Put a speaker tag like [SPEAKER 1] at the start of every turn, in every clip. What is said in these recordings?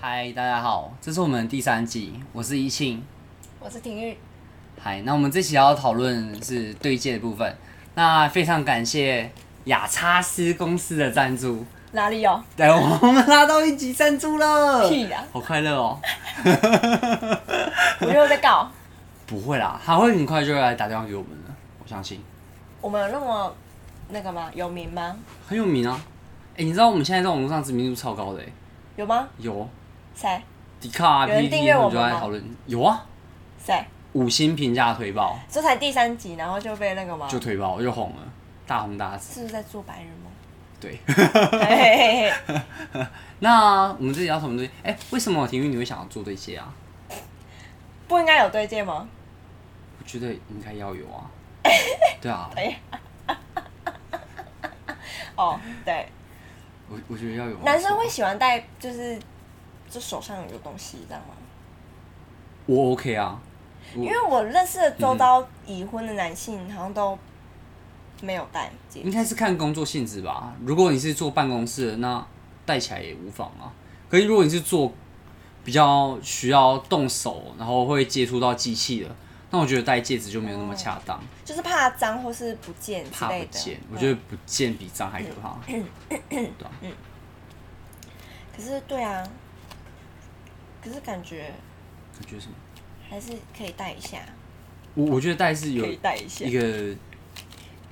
[SPEAKER 1] 嗨，大家好，这是我们第三季，我是一庆。
[SPEAKER 2] 我是廷玉，
[SPEAKER 1] 嗨，那我们这期要讨论是对戒的部分。那非常感谢雅叉斯公司的赞助，
[SPEAKER 2] 哪里有？
[SPEAKER 1] 对，我们拉到一级赞助了，
[SPEAKER 2] 屁啦
[SPEAKER 1] 好快乐哦！
[SPEAKER 2] 我又在告，
[SPEAKER 1] 不会啦，他会很快就会来打电话给我们的，我相信
[SPEAKER 2] 我们有那么那个吗？有名吗？
[SPEAKER 1] 很有名啊。哎、你知道我们现在在网络上知名度超高的、欸，
[SPEAKER 2] 有吗？
[SPEAKER 1] 有
[SPEAKER 2] 谁？
[SPEAKER 1] 迪卡啊、
[SPEAKER 2] 有人
[SPEAKER 1] PPT
[SPEAKER 2] 订阅
[SPEAKER 1] 他
[SPEAKER 2] 我
[SPEAKER 1] 们就
[SPEAKER 2] 们
[SPEAKER 1] 在
[SPEAKER 2] 吗
[SPEAKER 1] 讨论，有啊，
[SPEAKER 2] 谁？
[SPEAKER 1] 五星评价推爆
[SPEAKER 2] 这才第三集，然后就被那个吗？
[SPEAKER 1] 就推爆就红了，大红大紫。
[SPEAKER 2] 是不是在做白日梦？
[SPEAKER 1] 对，
[SPEAKER 2] 嘿嘿嘿嘿
[SPEAKER 1] 那我们这里要讨论对，哎、为什么体育你会想要做这些啊？
[SPEAKER 2] 不应该有对戒吗？
[SPEAKER 1] 我觉得应该要有 啊。对啊，
[SPEAKER 2] 哦，对，
[SPEAKER 1] 我我觉得要有啊。
[SPEAKER 2] 男生会喜欢戴，就是就手上有东西，这样吗？
[SPEAKER 1] 我 OK 啊，我
[SPEAKER 2] 因为我认识的周遭已婚的男性好像都没有戴戒
[SPEAKER 1] 应，该是看工作性质吧。如果你是坐办公室的，那戴起来也无妨啊。可是如果你是做比较需要动手，然后会接触到机器的，那我觉得戴戒指就没有那么恰当，
[SPEAKER 2] 就是怕脏或是不见嗯之
[SPEAKER 1] 怕
[SPEAKER 2] 类
[SPEAKER 1] 不
[SPEAKER 2] 的。
[SPEAKER 1] 见。我
[SPEAKER 2] 嗯
[SPEAKER 1] 觉得不见比脏还可怕。对啊
[SPEAKER 2] 可是对啊，可是感觉
[SPEAKER 1] 你觉得什么？
[SPEAKER 2] 还是可以戴一下，
[SPEAKER 1] 我我觉得戴是有
[SPEAKER 2] 可以戴一下
[SPEAKER 1] 一，个
[SPEAKER 2] 就是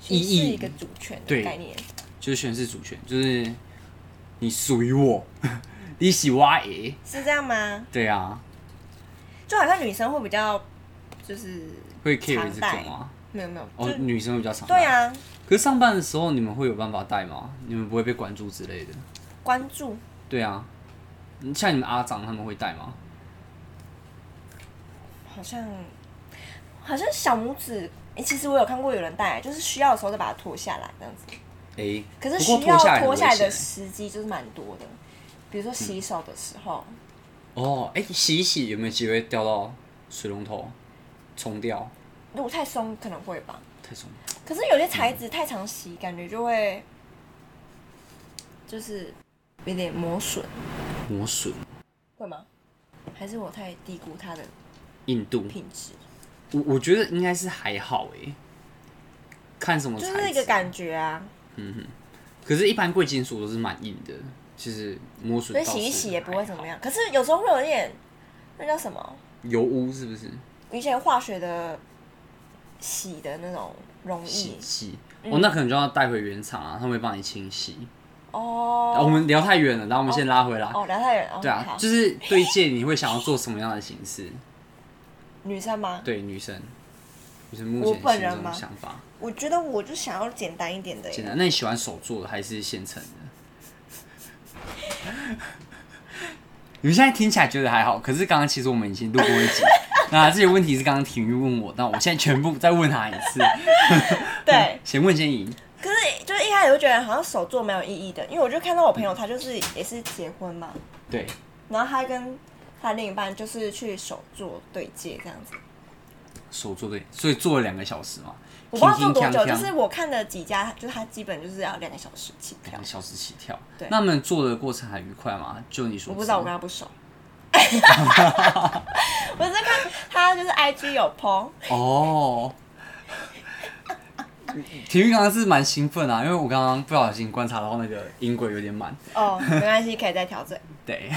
[SPEAKER 1] 意义
[SPEAKER 2] 一个主权
[SPEAKER 1] 对
[SPEAKER 2] 的概念。
[SPEAKER 1] 就是宣誓主权，就是你属于我， 你喜挖诶。
[SPEAKER 2] 是这样吗？
[SPEAKER 1] 对啊，
[SPEAKER 2] 就好像女生会比较就是
[SPEAKER 1] 会 care
[SPEAKER 2] 常
[SPEAKER 1] 这
[SPEAKER 2] 戴
[SPEAKER 1] 种啊。
[SPEAKER 2] 没有没有，
[SPEAKER 1] 哦，
[SPEAKER 2] 就
[SPEAKER 1] 女生会比较常戴。
[SPEAKER 2] 对。啊，
[SPEAKER 1] 可是上班的时候，你们会有办法戴吗？你们不会被关注之类的？
[SPEAKER 2] 关注
[SPEAKER 1] 对啊，像你们阿长他们会戴吗？
[SPEAKER 2] 好像好像小拇指。诶其实我有看过有人戴，就是需要的时候再把它脱下来这样子。
[SPEAKER 1] 诶、
[SPEAKER 2] 可是
[SPEAKER 1] 不
[SPEAKER 2] 需
[SPEAKER 1] 过脱
[SPEAKER 2] 要
[SPEAKER 1] 下来很
[SPEAKER 2] 脱
[SPEAKER 1] 危
[SPEAKER 2] 下来
[SPEAKER 1] 险欸。
[SPEAKER 2] 的时机就是蛮多的，比如说洗手的时候，
[SPEAKER 1] 哦，诶、洗一洗有没有机会掉到水龙头冲掉？
[SPEAKER 2] 如果太松可能会吧。
[SPEAKER 1] 太冲了。
[SPEAKER 2] 可是有些材
[SPEAKER 1] 嗯
[SPEAKER 2] 质太常洗，感觉就会就是有点磨损，
[SPEAKER 1] 磨损、
[SPEAKER 2] 会吗？还是我太低估它的
[SPEAKER 1] 硬度，
[SPEAKER 2] 品质？
[SPEAKER 1] 我我觉得应该是还好诶、看什么
[SPEAKER 2] 就
[SPEAKER 1] 材
[SPEAKER 2] 是
[SPEAKER 1] 质。
[SPEAKER 2] 那个感觉啊，
[SPEAKER 1] 可是，一般贵金属都是蛮硬的，其实磨损
[SPEAKER 2] 所
[SPEAKER 1] 倒
[SPEAKER 2] 以
[SPEAKER 1] 是还好。
[SPEAKER 2] 洗一洗也不会怎么样。可是有时候会有点那叫什么？
[SPEAKER 1] 油污是不是？
[SPEAKER 2] 以前化学的洗的那种溶
[SPEAKER 1] 洗
[SPEAKER 2] 液
[SPEAKER 1] 洗，
[SPEAKER 2] 嗯
[SPEAKER 1] 哦，那可能就要带回原厂啊，他们会帮你清洗。啊我
[SPEAKER 2] 哦
[SPEAKER 1] 们聊太远了，然后我们先拉回来。
[SPEAKER 2] 哦，聊太远哦。
[SPEAKER 1] 对啊
[SPEAKER 2] 好，
[SPEAKER 1] 就是对戒，你会想要做什么样的形式？
[SPEAKER 2] 女生吗？
[SPEAKER 1] 对女生，就是目
[SPEAKER 2] 我
[SPEAKER 1] 前
[SPEAKER 2] 本
[SPEAKER 1] 心
[SPEAKER 2] 人
[SPEAKER 1] 中
[SPEAKER 2] 吗
[SPEAKER 1] 的想法。
[SPEAKER 2] 我觉得我就想要简单一点的耶，
[SPEAKER 1] 简单，那你喜欢手做的还是现成的？ 你们现在听起来觉得还好，可是刚刚其实我们已经录过一 集，那这些问题是刚刚体育问我，那我现在全部再问他一次。
[SPEAKER 2] 对。
[SPEAKER 1] 先问先赢。
[SPEAKER 2] 可是就是一开始就觉得好像手做没有意义的，因为我就看到我朋友他就是也是结婚嘛，
[SPEAKER 1] 对，
[SPEAKER 2] 然后他跟他另一半就是去手做对戒这样子，
[SPEAKER 1] 手做对，所以做了两个小时嘛，
[SPEAKER 2] 我不知道做
[SPEAKER 1] 铿铿
[SPEAKER 2] 多
[SPEAKER 1] 锵
[SPEAKER 2] 久，
[SPEAKER 1] 锵
[SPEAKER 2] 就是我看的几家，就是他基本就是要两个小时起跳
[SPEAKER 1] 两个，小时起跳。
[SPEAKER 2] 对
[SPEAKER 1] 那你们做的过程还愉快吗？就你所知
[SPEAKER 2] 我不知道我跟他 不熟，我是看他就是 IG 有 PO，
[SPEAKER 1] 哦。 体育刚刚是蛮兴奋啊，因为我刚刚不小心观察到那个音轨有点满，
[SPEAKER 2] 哦，没关系，可以再调整，
[SPEAKER 1] 对，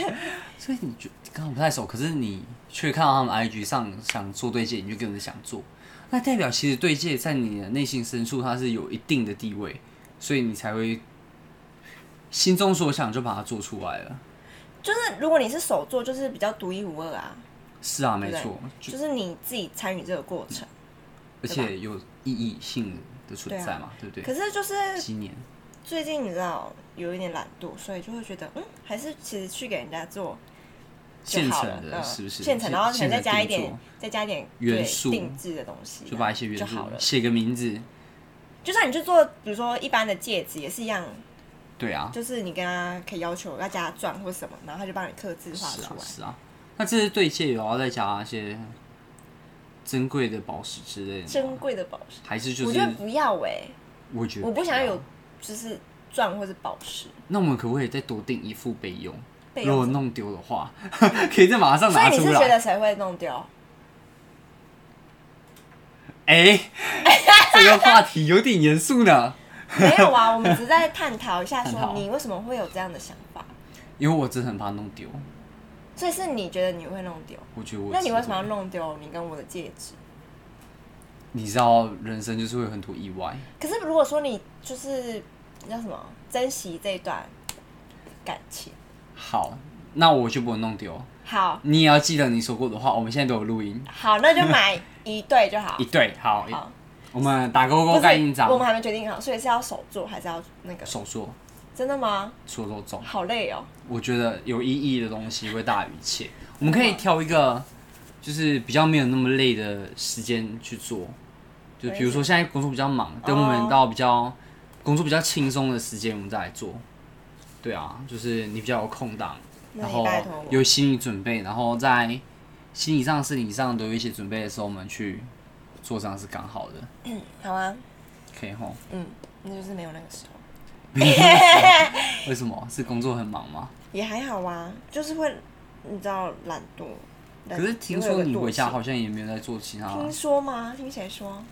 [SPEAKER 1] 所以你就刚刚不太熟，可是你却看到他们 IG 上想做对戒，你就跟着想做，那代表其实对戒在你的内心深处它是有一定的地位，所以你才会心中所想就把它做出来了。
[SPEAKER 2] 就是如果你是手做，就是比较独一无二啊，
[SPEAKER 1] 是啊，没
[SPEAKER 2] 对不对
[SPEAKER 1] 错，就
[SPEAKER 2] 就是你自己参与这个过程，
[SPEAKER 1] 而且有意义性的存
[SPEAKER 2] 对啊
[SPEAKER 1] 在嘛，对不
[SPEAKER 2] 可
[SPEAKER 1] 对？
[SPEAKER 2] 是就是
[SPEAKER 1] 今年
[SPEAKER 2] 最近你知道有一点懒惰，所以就会觉得嗯，还是其实去给人家做就
[SPEAKER 1] 现
[SPEAKER 2] 好
[SPEAKER 1] 成
[SPEAKER 2] 了，
[SPEAKER 1] 的，
[SPEAKER 2] 嗯，
[SPEAKER 1] 是不是？
[SPEAKER 2] 现成，然后可能
[SPEAKER 1] 现
[SPEAKER 2] 再加一
[SPEAKER 1] 定
[SPEAKER 2] 点
[SPEAKER 1] 做，
[SPEAKER 2] 再加一点
[SPEAKER 1] 元
[SPEAKER 2] 对
[SPEAKER 1] 素
[SPEAKER 2] 定制的东西，
[SPEAKER 1] 就把一些元
[SPEAKER 2] 就
[SPEAKER 1] 素
[SPEAKER 2] 好了。
[SPEAKER 1] 写个名字，
[SPEAKER 2] 就像你去做，比如说一般的戒指也是一样，
[SPEAKER 1] 对啊，
[SPEAKER 2] 就是你跟他可以要求要加钻或什么，然后他就帮你刻字画
[SPEAKER 1] 是
[SPEAKER 2] 出
[SPEAKER 1] 啊
[SPEAKER 2] 来。
[SPEAKER 1] 是啊。那这些对戒有要再加一些珍贵的宝石之类的吗，
[SPEAKER 2] 珍贵的宝石，
[SPEAKER 1] 还是就
[SPEAKER 2] 我
[SPEAKER 1] 是
[SPEAKER 2] 觉得不要哎、
[SPEAKER 1] 我觉得
[SPEAKER 2] 我不想要有
[SPEAKER 1] 要。
[SPEAKER 2] 就是钻或是宝石。
[SPEAKER 1] 那我们可不可以再多订一副备用？
[SPEAKER 2] 备
[SPEAKER 1] 如
[SPEAKER 2] 用
[SPEAKER 1] 果
[SPEAKER 2] 什么。
[SPEAKER 1] 弄丢的话， 可以再马上
[SPEAKER 2] 所
[SPEAKER 1] 拿
[SPEAKER 2] 以你
[SPEAKER 1] 出
[SPEAKER 2] 是觉
[SPEAKER 1] 来。
[SPEAKER 2] 得谁会弄丢？
[SPEAKER 1] 哎、 这个话题有点严肃呢，
[SPEAKER 2] 没有啊，我们只是在探讨一下，
[SPEAKER 1] 探
[SPEAKER 2] 说
[SPEAKER 1] 讨
[SPEAKER 2] 你为什么会有这样的想法。
[SPEAKER 1] 因为我真的很怕弄丢。
[SPEAKER 2] 所以是你觉得你会弄丢？
[SPEAKER 1] 我觉得我，
[SPEAKER 2] 那你为什么要？弄丢你跟我的戒指？
[SPEAKER 1] 你知道人生就是会有很多意外，
[SPEAKER 2] 可是如果说你就是那叫什么珍惜这一段感情，
[SPEAKER 1] 好，那我就不能弄丢。
[SPEAKER 2] 好
[SPEAKER 1] 你也要记得你说过的话，我们现在都有录音。
[SPEAKER 2] 好，那就买一对就好
[SPEAKER 1] 一。对，好，
[SPEAKER 2] 好，
[SPEAKER 1] 我们打勾
[SPEAKER 2] 不
[SPEAKER 1] 勾
[SPEAKER 2] 是
[SPEAKER 1] 盖印章
[SPEAKER 2] 我，们还没决定好，所以是要手做还是要那个？
[SPEAKER 1] 手说
[SPEAKER 2] 真的吗？
[SPEAKER 1] 说说中，
[SPEAKER 2] 好累哦。
[SPEAKER 1] 我觉得有意义的东西会大于一切。我们可以挑一个，就是比较没有那么累的时间去做，就比如说现在工作比较
[SPEAKER 2] 哦
[SPEAKER 1] 忙，等我们到比较工作比较轻松的时间，我们再来做。对啊，就是你比较有空档，
[SPEAKER 2] 那
[SPEAKER 1] 然
[SPEAKER 2] 你
[SPEAKER 1] 后
[SPEAKER 2] 拜托我。
[SPEAKER 1] 有心理准备，然后在心理上、生理上都有一些准备的时候，我们去做，这样是刚好的。
[SPEAKER 2] 好啊，
[SPEAKER 1] 可以吼？
[SPEAKER 2] 嗯，那就是没有那个时候，
[SPEAKER 1] 为什么？是工作很忙吗？
[SPEAKER 2] 也还好啊，就是会你知道懒惰。
[SPEAKER 1] 可
[SPEAKER 2] 懒
[SPEAKER 1] 是听
[SPEAKER 2] 呃会有
[SPEAKER 1] 说
[SPEAKER 2] 个
[SPEAKER 1] 你
[SPEAKER 2] 惰
[SPEAKER 1] 回家
[SPEAKER 2] 性
[SPEAKER 1] 好像也没有在做其他。
[SPEAKER 2] 听说吗？听谁说？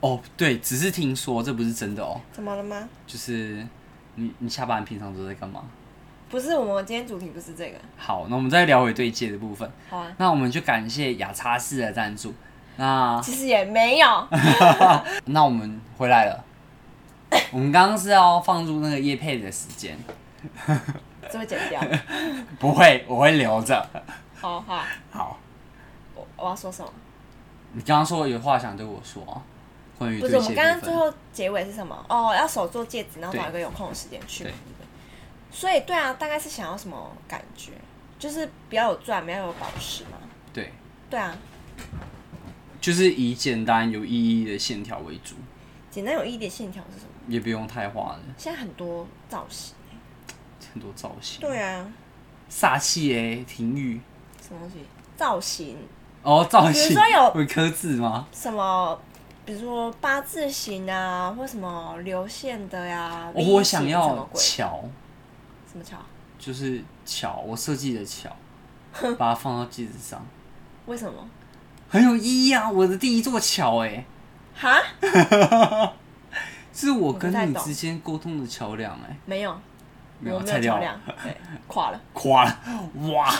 [SPEAKER 1] 哦，对，只是听说，这不是真的哦。
[SPEAKER 2] 怎么了吗？
[SPEAKER 1] 就是你你下班平常都在干嘛？
[SPEAKER 2] 不是，我们今天主题不是这个。
[SPEAKER 1] 好，那我们再聊回对接的部分。
[SPEAKER 2] 好啊，
[SPEAKER 1] 那我们就感谢雅叉士的赞助。那
[SPEAKER 2] 其实也没有。
[SPEAKER 1] 那我们回来了，我们刚刚是要放入那个夜配的时间，
[SPEAKER 2] 这 会剪掉。
[SPEAKER 1] 不会，我会留着。
[SPEAKER 2] 好好，
[SPEAKER 1] 好，
[SPEAKER 2] 我我要说什么？
[SPEAKER 1] 你刚刚说有话想对我说啊，关于
[SPEAKER 2] 不
[SPEAKER 1] 对
[SPEAKER 2] 是，
[SPEAKER 1] 接
[SPEAKER 2] 我
[SPEAKER 1] 的部
[SPEAKER 2] 们刚刚
[SPEAKER 1] 分。
[SPEAKER 2] 最后结尾是什么？哦，要手做戒指，然后找一个有空的时间去嘛。
[SPEAKER 1] 对
[SPEAKER 2] 对不对所以对啊，大概是想要什么感觉？就是比较有钻，比较有宝石嘛。
[SPEAKER 1] 对，
[SPEAKER 2] 对啊，
[SPEAKER 1] 就是以简单有意义的线条为主，
[SPEAKER 2] 简单有意义的线条是什么？
[SPEAKER 1] 也不用太花了
[SPEAKER 2] 现在很多造型。
[SPEAKER 1] 很多造型。
[SPEAKER 2] 对啊，
[SPEAKER 1] 煞气诶，婷玉
[SPEAKER 2] 什么东西？造型
[SPEAKER 1] 哦，造型
[SPEAKER 2] 比如说有
[SPEAKER 1] 会刻字吗？
[SPEAKER 2] 什么？比如说八字形啊，或什么流线的呀、
[SPEAKER 1] 哦
[SPEAKER 2] V
[SPEAKER 1] 我想
[SPEAKER 2] 型什
[SPEAKER 1] 要
[SPEAKER 2] 么鬼？
[SPEAKER 1] 桥，
[SPEAKER 2] 什么桥？
[SPEAKER 1] 就是桥，我设计的桥，把它放到戒指上，
[SPEAKER 2] 为什么？
[SPEAKER 1] 很有意义啊！我的第一座桥诶，
[SPEAKER 2] 哈？
[SPEAKER 1] 是我跟
[SPEAKER 2] 我不太
[SPEAKER 1] 你
[SPEAKER 2] 懂
[SPEAKER 1] 之间沟通的桥梁诶，
[SPEAKER 2] 没有，
[SPEAKER 1] 没
[SPEAKER 2] 我
[SPEAKER 1] 有
[SPEAKER 2] 没
[SPEAKER 1] 拆
[SPEAKER 2] 有
[SPEAKER 1] 掉
[SPEAKER 2] 桥
[SPEAKER 1] 了
[SPEAKER 2] 梁，对，垮了。
[SPEAKER 1] 垮 了，哇！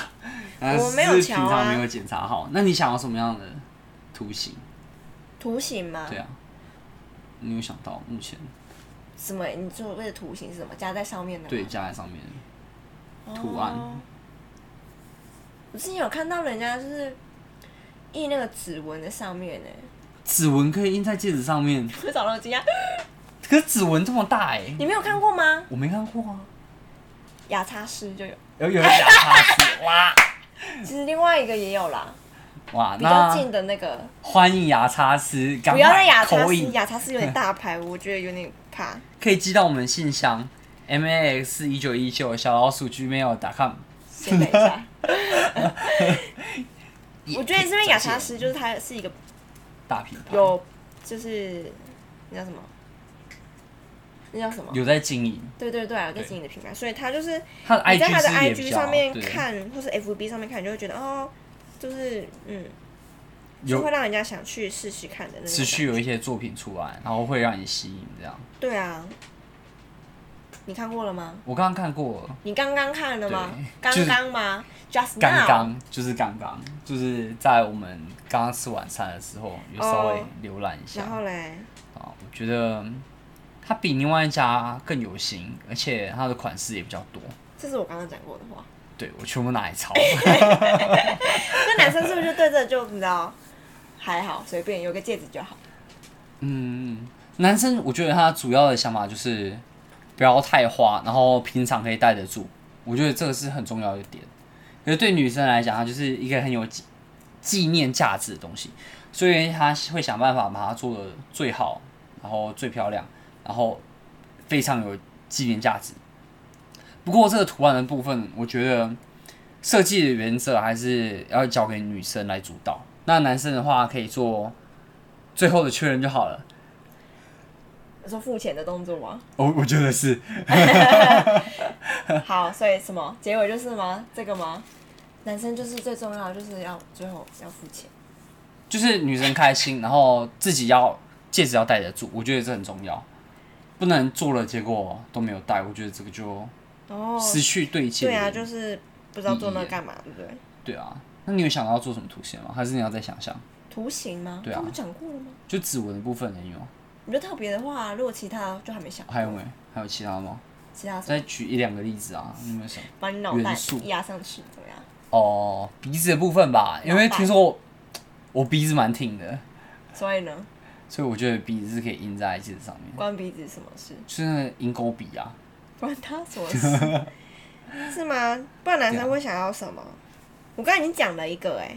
[SPEAKER 2] 我没有
[SPEAKER 1] 是平
[SPEAKER 2] 桥啊
[SPEAKER 1] 常没有检查好。那你想要什么样的图形？
[SPEAKER 2] 图 形吗？
[SPEAKER 1] 对啊，
[SPEAKER 2] 嗯
[SPEAKER 1] 你有想到目前
[SPEAKER 2] 什么？你说为了图形是什么？加在上面的吗
[SPEAKER 1] 对加在上面，图案
[SPEAKER 2] 哦我之前有看到人家就是印那个指纹在上面呢，
[SPEAKER 1] 指纹可以印在戒指上面，
[SPEAKER 2] 我找到惊讶，
[SPEAKER 1] 可是指纹这么大诶。
[SPEAKER 2] 你没有看过吗？
[SPEAKER 1] 我没看过啊，
[SPEAKER 2] 雅叉师就有，
[SPEAKER 1] 有有人讲他是 哇
[SPEAKER 2] 其实另外一个也有啦，
[SPEAKER 1] 哇，
[SPEAKER 2] 比
[SPEAKER 1] 嗯
[SPEAKER 2] 较
[SPEAKER 1] 那
[SPEAKER 2] 近的那个，
[SPEAKER 1] 欢迎牙叉师，赶
[SPEAKER 2] 不要在
[SPEAKER 1] 快
[SPEAKER 2] 雅叉
[SPEAKER 1] 口
[SPEAKER 2] 师，
[SPEAKER 1] 音
[SPEAKER 2] 雅叉师有点大 牌，我觉得有点怕。
[SPEAKER 1] 可以寄到我们信箱 m a x 一九一九小老鼠 gmail.com。
[SPEAKER 2] 先等 一下，我觉得是因为雅叉
[SPEAKER 1] 师
[SPEAKER 2] 师就是它是一个
[SPEAKER 1] 大品牌
[SPEAKER 2] 有就是那叫什么？那叫什么？
[SPEAKER 1] 有在经营，
[SPEAKER 2] 对对对啊，有在
[SPEAKER 1] 对
[SPEAKER 2] 经营的品牌，所以他就是
[SPEAKER 1] 他的
[SPEAKER 2] 你在他
[SPEAKER 1] IG 是
[SPEAKER 2] 的
[SPEAKER 1] 不是也比
[SPEAKER 2] IG
[SPEAKER 1] 较
[SPEAKER 2] 上面
[SPEAKER 1] 对
[SPEAKER 2] 看，或是 FB 上面看，你就会觉得哦，就是嗯，就
[SPEAKER 1] 有
[SPEAKER 2] 会让人家想去试试看的那种
[SPEAKER 1] 持
[SPEAKER 2] 感觉。
[SPEAKER 1] 续有一些作品出来，然后会让你吸引这样。
[SPEAKER 2] 对啊，你看过了吗？
[SPEAKER 1] 我刚刚看过了，
[SPEAKER 2] 你刚刚看了吗
[SPEAKER 1] 对？
[SPEAKER 2] 刚刚吗？Just now？
[SPEAKER 1] 刚刚就是刚刚就是在我们刚刚吃晚餐的时候，有稍微
[SPEAKER 2] 哦
[SPEAKER 1] 浏览一下。
[SPEAKER 2] 然后嘞，
[SPEAKER 1] 啊，我觉得它比另外一家更有型，而且它的款式也比较多。
[SPEAKER 2] 这是我刚刚讲过的话。
[SPEAKER 1] 对我全部拿来抄，
[SPEAKER 2] 那男生是不是就对这就你知道还好，随便有个戒指就好。
[SPEAKER 1] 嗯，男生我觉得他主要的想法就是不要太花，然后平常可以戴得住，我觉得这个是很重要的点。可是对女生来讲，它就是一个很有纪纪念价值的东西，所以她会想办法把它做的最好，然后最漂亮，然后非常有纪念价值。不过这个图案的部分，我觉得设计的原则还是要交给女生来主导。那男生的话，可以做最后的确认就好了。
[SPEAKER 2] 你说付钱的动 作吗？
[SPEAKER 1] 我我觉得是，
[SPEAKER 2] 好，所以什么结尾就是吗？这个吗？男生就是最重要的，就是要最后要付钱。
[SPEAKER 1] 就是女生开心，然后自己要戒指要戴得住，我觉得这很重要，不能做了结果都没有戴，我觉得这个就
[SPEAKER 2] 哦，
[SPEAKER 1] 失去对戒的
[SPEAKER 2] 对
[SPEAKER 1] 意义。
[SPEAKER 2] 啊，就是不知道做那干嘛，对不对？
[SPEAKER 1] 对啊，那你有想到做什么图形吗？还是你要再想想？
[SPEAKER 2] 图形吗？
[SPEAKER 1] 对啊
[SPEAKER 2] 我讲过了吗？
[SPEAKER 1] 就指纹的部分能有，
[SPEAKER 2] 你觉得特别的话，如果其他就还没想过，
[SPEAKER 1] 还有没？还有其他吗？
[SPEAKER 2] 其他什么
[SPEAKER 1] 再举一两个例子啊，你有没有想？
[SPEAKER 2] 把你脑袋
[SPEAKER 1] 元素
[SPEAKER 2] 压上去，怎么样？
[SPEAKER 1] 哦，鼻子的部分吧，因为
[SPEAKER 2] 脑袋
[SPEAKER 1] 听说我我鼻子蛮挺的，
[SPEAKER 2] 所以呢，
[SPEAKER 1] 所以我觉得鼻子是可以印在戒指上面，
[SPEAKER 2] 关鼻子什么 事？
[SPEAKER 1] 就是那个鹰钩鼻啊。
[SPEAKER 2] 关他什么事？ 是吗？不然
[SPEAKER 1] 啊
[SPEAKER 2] 男生会想要什么？我刚才已经讲了一个哎、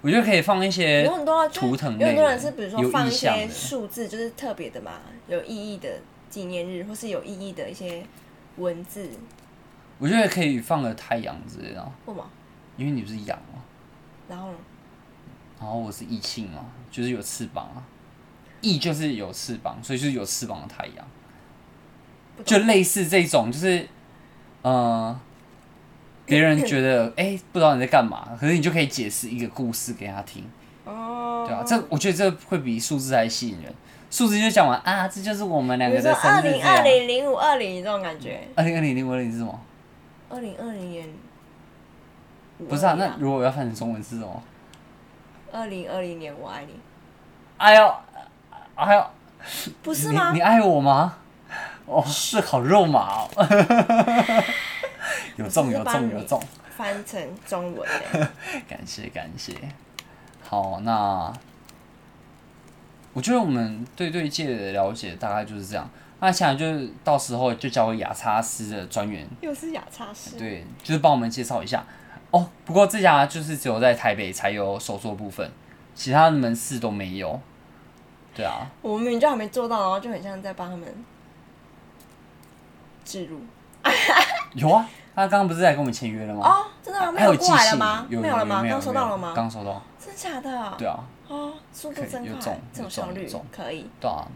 [SPEAKER 1] 我觉得可以放一些
[SPEAKER 2] 有很多啊就
[SPEAKER 1] 哎图腾类
[SPEAKER 2] 有
[SPEAKER 1] 的
[SPEAKER 2] 很多人是比如说
[SPEAKER 1] 有
[SPEAKER 2] 放一
[SPEAKER 1] 意象
[SPEAKER 2] 些
[SPEAKER 1] 的
[SPEAKER 2] 数字，就是特别的嘛，有意义的纪念日，或是有意义的一些文字，
[SPEAKER 1] 我觉得可以放个太阳之类的啊，
[SPEAKER 2] 或嘛，
[SPEAKER 1] 因为你不是羊嘛，
[SPEAKER 2] 然后呢，
[SPEAKER 1] 然后我是异性嘛，就是有翅膀啊，翼就是有翅膀，所以就是有翅膀的太阳，
[SPEAKER 2] 不
[SPEAKER 1] 就
[SPEAKER 2] 懂
[SPEAKER 1] 类似这种，就是呃，别人觉得哎、不知道你在干嘛，可是你就可以解释一个故事给他听，
[SPEAKER 2] 哦，
[SPEAKER 1] 对啊，这我觉得这会比数字还吸引人，数字就讲完啊，这就是我们两
[SPEAKER 2] 比
[SPEAKER 1] 个
[SPEAKER 2] 如说
[SPEAKER 1] 的生
[SPEAKER 2] 二
[SPEAKER 1] 日这
[SPEAKER 2] 零二
[SPEAKER 1] 样。
[SPEAKER 2] 零零五二零这种感觉，
[SPEAKER 1] 二零二零零五二零是什么？
[SPEAKER 2] 二零二零年，
[SPEAKER 1] 不是啊，那如果我要翻成中文是什么？
[SPEAKER 2] 二零二零年我爱你，
[SPEAKER 1] 哎呦，哎呦，
[SPEAKER 2] 不是
[SPEAKER 1] 你
[SPEAKER 2] 吗
[SPEAKER 1] 你？爱我吗？哦，是烤肉麻哦， 有中有中有中，
[SPEAKER 2] 翻成 中文嘞，
[SPEAKER 1] 感谢感谢。好，那我觉得我们对对戒的了解大概就是这样。那想就是到时候就交给雅叉师的专员，
[SPEAKER 2] 又是雅叉师，
[SPEAKER 1] 对，就是帮我们介绍一下。哦，不过这家就是只有在台北才有手作部分，其他门市都没有。对啊，
[SPEAKER 2] 我们明明就还没做到，然后就很像在帮他们置入。
[SPEAKER 1] 有啊，他刚刚不是来跟我们签约了吗？
[SPEAKER 2] 哦，真的吗？
[SPEAKER 1] 啊
[SPEAKER 2] 没
[SPEAKER 1] 还有寄
[SPEAKER 2] 过来了
[SPEAKER 1] 信
[SPEAKER 2] 吗？
[SPEAKER 1] 有
[SPEAKER 2] 没有了吗？
[SPEAKER 1] 没有
[SPEAKER 2] 刚收到了
[SPEAKER 1] 没有
[SPEAKER 2] 吗？哦
[SPEAKER 1] 刚收到，
[SPEAKER 2] 真假的？
[SPEAKER 1] 对啊，
[SPEAKER 2] 哦，速度
[SPEAKER 1] 可以
[SPEAKER 2] 真
[SPEAKER 1] 有
[SPEAKER 2] 快
[SPEAKER 1] 中，
[SPEAKER 2] 这
[SPEAKER 1] 有
[SPEAKER 2] 种效
[SPEAKER 1] 中有
[SPEAKER 2] 率
[SPEAKER 1] 中
[SPEAKER 2] 可以。
[SPEAKER 1] 对啊。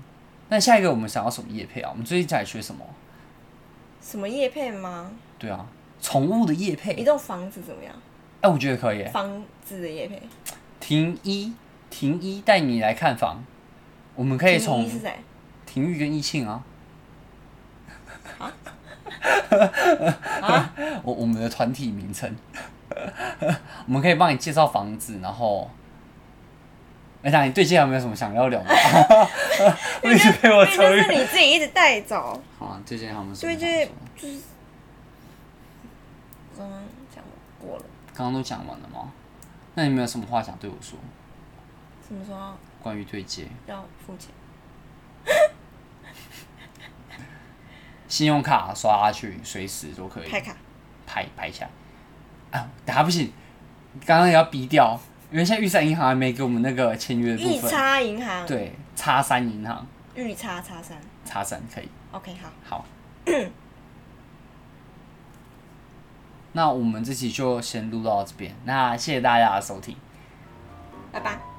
[SPEAKER 1] 那下一个我们想要什么叶配啊？我们最近家里缺什么？
[SPEAKER 2] 什么叶配吗？
[SPEAKER 1] 对啊，宠物的叶
[SPEAKER 2] 一
[SPEAKER 1] 配，
[SPEAKER 2] 栋房子怎么样？
[SPEAKER 1] 哎、我觉得可以耶。
[SPEAKER 2] 房子的叶配，
[SPEAKER 1] 婷一，婷一带你来看房，我们可以
[SPEAKER 2] 第
[SPEAKER 1] 从
[SPEAKER 2] 一是谁？
[SPEAKER 1] 婷玉跟易庆啊。
[SPEAKER 2] 啊，
[SPEAKER 1] 我我们的团体名称，我们可以帮你介绍房子，然后，哎、那你对接有没有什么想要聊的？ 我一直被我
[SPEAKER 2] 对，
[SPEAKER 1] 抽
[SPEAKER 2] 就
[SPEAKER 1] 晕
[SPEAKER 2] 是。你自己一直带走。
[SPEAKER 1] 好啊，对接他们什么想
[SPEAKER 2] 对，就
[SPEAKER 1] 说
[SPEAKER 2] 是
[SPEAKER 1] 的？
[SPEAKER 2] 就是，我刚刚讲过了，
[SPEAKER 1] 刚刚都讲完了吗？那你有没有什么话想对我说？
[SPEAKER 2] 什么时候
[SPEAKER 1] 关于对接，
[SPEAKER 2] 要付钱？
[SPEAKER 1] 信用卡刷下去，随时都可以
[SPEAKER 2] 拍卡，
[SPEAKER 1] 拍拍一下。啊，等下不行，刚刚也要逼掉，因为现在玉山银行还没给我们那个签约的部
[SPEAKER 2] 预
[SPEAKER 1] 分。
[SPEAKER 2] 差银行，，
[SPEAKER 1] 对，叉三银行，
[SPEAKER 2] 预差差三
[SPEAKER 1] 叉三可以。
[SPEAKER 2] ，OK，好，
[SPEAKER 1] 好。那我们这期就先录到这边，那谢谢大家的收听。
[SPEAKER 2] 拜拜。